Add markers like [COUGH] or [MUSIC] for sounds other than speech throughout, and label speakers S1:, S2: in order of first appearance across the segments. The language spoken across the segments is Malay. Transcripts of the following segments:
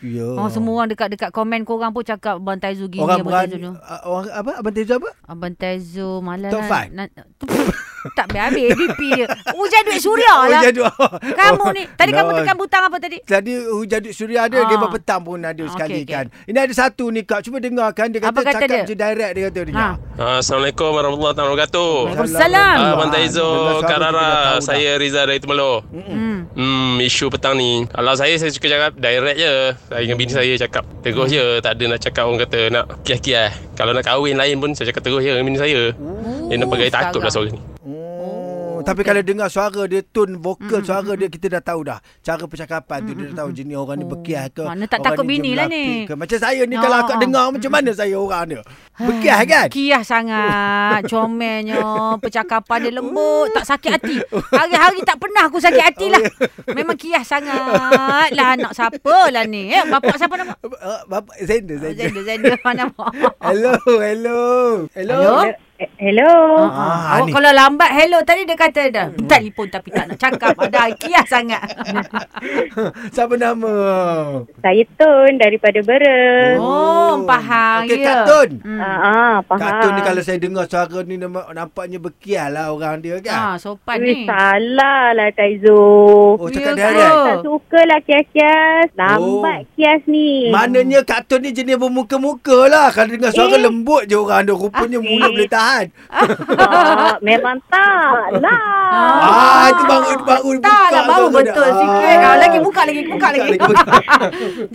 S1: Ya.
S2: Oh, semua orang dekat dekat komen korang pun cakap Abang Taizu gini,
S1: orang
S2: Abang
S1: berani
S2: Taizu tu. Ah,
S1: ah, orang apa abang Tejo apa?
S2: Abang Taizu malah
S1: Top
S2: nak-
S1: five.
S2: lah. nak- tak habis DP
S1: [LAUGHS]
S2: dia. Hujan duit suria
S1: Oh,
S2: lah.
S1: jadi- oh.
S2: Kamu
S1: [LAUGHS]
S2: ni. Tadi kamu
S1: No.
S2: tekan butang apa tadi?
S1: Tadi hujan duit suria ada
S2: Ah.
S1: dia petang pun ada
S2: Okey,
S1: sekali
S2: okey.
S1: kan. Ini ada satu ni kak cuba dengarkan dia kata,
S2: Apa kata
S1: cakap
S2: dia?
S1: je direct dia kata dia.
S2: Ha.
S3: Ah, Assalamualaikum warahmatullahi taala wabarakatuh.
S2: Waalaikumsalam.
S3: Ah, Abang
S1: Dengar
S3: Taizo
S1: suara kita dah tahu
S3: Karara,
S1: dah.
S3: saya Riza dari Temelur.
S2: Hmm.
S3: Hmm, isu petang ni. Kalau saya, saya suka cakap direct je. Saya dengan bini saya cakap terus je.
S1: Mm.
S3: Tak ada nak cakap orang kata nak kiah-kiah. Kalau nak kahwin lain pun, saya cakap terus je dengan bini saya.
S2: Hmm.
S3: Dia nak pakai takut lah suara ni.
S1: Oh, tapi kalau dengar suara dia tone vokal mm, suara dia kita dah tahu dah cara percakapan tu dia dah tahu jenis orang ni bekiah ke
S2: Mana
S1: orang
S2: tak takut
S1: ni
S2: bini lah ni.
S1: jemlapi ke. macam saya ni kalau
S2: Ya. Ha.
S1: akak dengar macam mana saya orang dia bekiah kan
S2: Kiah Oh, sangat Comelnya Percakapan dia lembut Tak sakit hati Hari-hari tak pernah aku sakit hati lah Memang kiah sangat lah Anak siapa lah ni eh, Bapak siapa nama?
S1: Eh, bapa Zender Zender
S2: Zender Zender [LAUGHS] mana
S1: hello hello hello
S2: Hello?
S4: Eh, Hello.
S1: Ah,
S2: Ah,
S1: ni.
S2: awak kalau lambat hello tadi dia kata dah
S4: Hmm.
S2: telefon tapi tak nak cakap ada kias sangat.
S1: siapa nama
S4: Saya Tun daripada Bera.
S1: Oh.
S2: oh, faham
S1: Okey,
S2: ya.
S1: Kak Tun.
S2: Hmm.
S4: Ah, ah, faham.
S1: Kak Tun ni kalau saya dengar suara ni nama- nampaknya bekiah lah orang dia kan
S2: Ah, sopan ni.
S4: Weh, salah lah Taizo.
S1: oh cakap
S2: Ya
S1: dia
S2: ke?
S1: kan Oh.
S4: Tak suka lah kias-kias. Lambat kias ni.
S1: Maknanya Kak Tun ni jenis bermuka-muka lah. Kalau dengar suara
S4: Eh.
S1: lembut je orang dia. Rupanya
S4: Ah,
S1: mulut
S4: eh.
S1: boleh tahan.
S4: Tak, Ah, memang tak lah.
S1: Ah, itu baru itu baru
S2: Tak lah baru
S1: suara dia.
S2: betul sikit. Kalau lagi buka lagi buka lagi. [LAUGHS]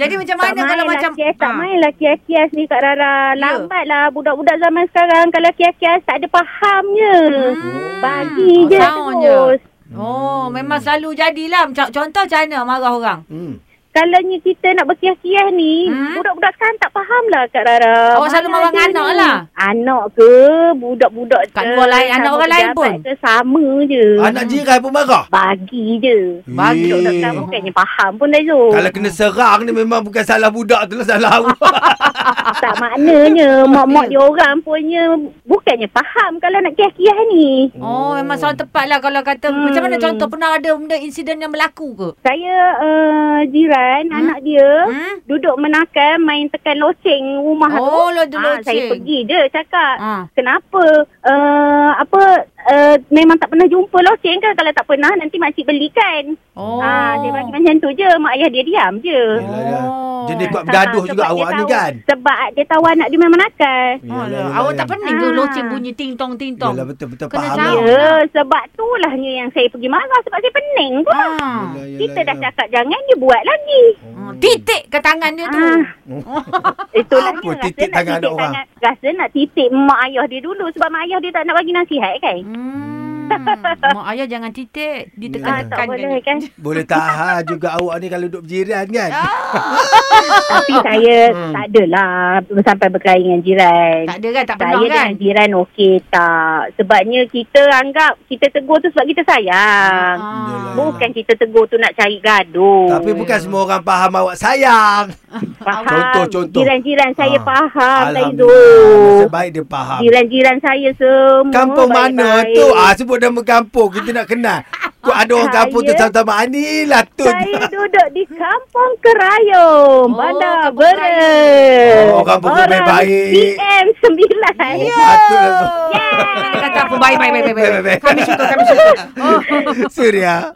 S2: Jadi macam
S4: Tak
S2: mana kalau
S4: main
S2: macam
S4: lah kias, tak
S2: Ah.
S4: main lah kias-kias ni Kak Rara.
S1: Ya.
S4: Lambat lah budak-budak zaman sekarang. Kalau kias-kias tak ada fahamnya.
S2: Hmm.
S4: Bagi
S1: Ah,
S2: Oh,
S4: je
S2: sound je.
S4: terus.
S2: Oh, memang selalu jadilah. Macam- Contoh macam mana marah orang? [LAUGHS]
S1: Hmm.
S4: Kalanya kita nak berkiah-kiah ni,
S2: Hmm?
S4: budak-budak sekarang tak faham lah Kak Rara.
S2: Awak selalu
S4: Mana
S2: marah dengan
S4: ada
S2: anak
S4: ni?
S2: lah.
S4: Anak ke, budak-budak
S2: Kat
S4: ke,
S2: luar lain, anak
S4: sama
S2: orang lain
S4: pejabat
S2: pun.
S4: Ke, sama je.
S1: Anak jiran pun marah.
S4: Bagi je.
S2: Bagi
S1: Eh.
S4: Budak-budak sekarang bukannya faham pun dah Zul.
S1: Kalau kena serang ni memang bukan salah budak tu lah. Salah
S2: Ah,
S1: awak.
S4: Tak
S2: [LAUGHS]
S4: maknanya, mak-mak dia orang punya bukannya faham kalau nak kiah-kiah ni.
S2: Oh, memang soal tepat lah kalau kata
S4: Hmm.
S2: macam mana contoh pernah ada benda insiden yang berlaku ke?
S4: Saya uh, jiran,
S2: Hmm?
S4: anak dia
S2: Hmm?
S4: duduk menakam main tekan loceng rumah
S2: Oh, lo
S4: tu.
S2: dulu.
S4: Ah, saya pergi je cakap.
S2: Ah.
S4: Kenapa? Uh, apa? Uh, memang tak pernah jumpa loceng kan? Kalau tak pernah, nanti makcik beli kan?
S2: Oh.
S4: Ah, dia bagi macam tu je. Mak ayah dia diam je.
S1: Yelah, ya. Jenis
S2: Oh.
S1: buat
S4: Ah,
S1: bergaduh
S4: sebab
S1: juga
S4: dia
S1: awak ni
S4: tahu-
S1: kan.
S4: Sebab dia tahu anak dia memang nakal.
S2: Alah, awak tak pening ke
S4: Ah.
S2: loceng bunyi ting tong ting tong?
S1: Yelah betul-betul
S2: Kena
S1: faham.
S4: Ya,
S1: lah.
S2: tahu.
S4: sebab tulahnya yang saya pergi marah. Sebab saya pening pun.
S2: Ah.
S1: Yelah, yelah,
S4: Kita dah
S1: yelah.
S4: cakap jangan, dia buat
S1: [LAUGHS]
S4: lagi.
S1: Oh.
S2: Ah, Titik ke tangan dia tu.
S4: Ah. Itulah
S1: Apa
S4: dia rasa
S1: titik
S4: nak
S1: tangan
S4: titik
S1: orang?
S4: tangan. Rasa nak titik mak ayah dia dulu. Sebab mak ayah dia tak nak bagi nasihat kan?
S2: Hmm. Mak ayah jangan
S1: Ah,
S2: titik.
S4: Ah,
S2: Ditekan-tekan.
S4: tak boleh kan?
S1: Boleh tahan juga awak ni kalau duduk berjiran kan.
S2: Ah, [LAUGHS]
S4: Tapi saya tak adalah sampai berkelahi dengan jiran.
S2: Hmm. Tak ada kan? Tak
S4: Saya
S2: pernah kan?
S4: dengan jiran okey tak. Sebabnya kita anggap kita tegur tu sebab kita
S2: Ah.
S4: sayang.
S1: Yelah, yelah.
S4: Bukan kita tegur tu nak cari gaduh.
S1: Tapi bukan semua orang faham awak sayang.
S4: faham.
S1: Contoh-contoh.
S4: Jiran-jiran saya
S1: Ah.
S4: faham
S1: Alhamdulillah.
S4: Taizo.
S1: Sebaik dia faham.
S4: Jiran-jiran saya semua.
S1: Kampung mana
S4: baik-baik.
S1: tu? Ah sebut nama kampung kita nak kenal. Tu ada [LAUGHS] orang
S4: Saya-
S1: kampung tu sama-sama Ah, lah, anilah tu.
S4: Saya duduk di Kampung
S2: Oh,
S4: Kerayong, oh, Bandar
S2: Kampung
S4: Bera.
S1: Oh, kampung tu baik-baik.
S4: PM 9.
S1: [LAUGHS] Oh, patutlah tu.
S4: Yeah.
S2: Dia kata apa? Baik, baik, baik, baik,
S1: Baik, baik,
S2: baik.
S1: baik. [LAUGHS]
S2: Kami suka, kami suka. Oh.
S1: Suria.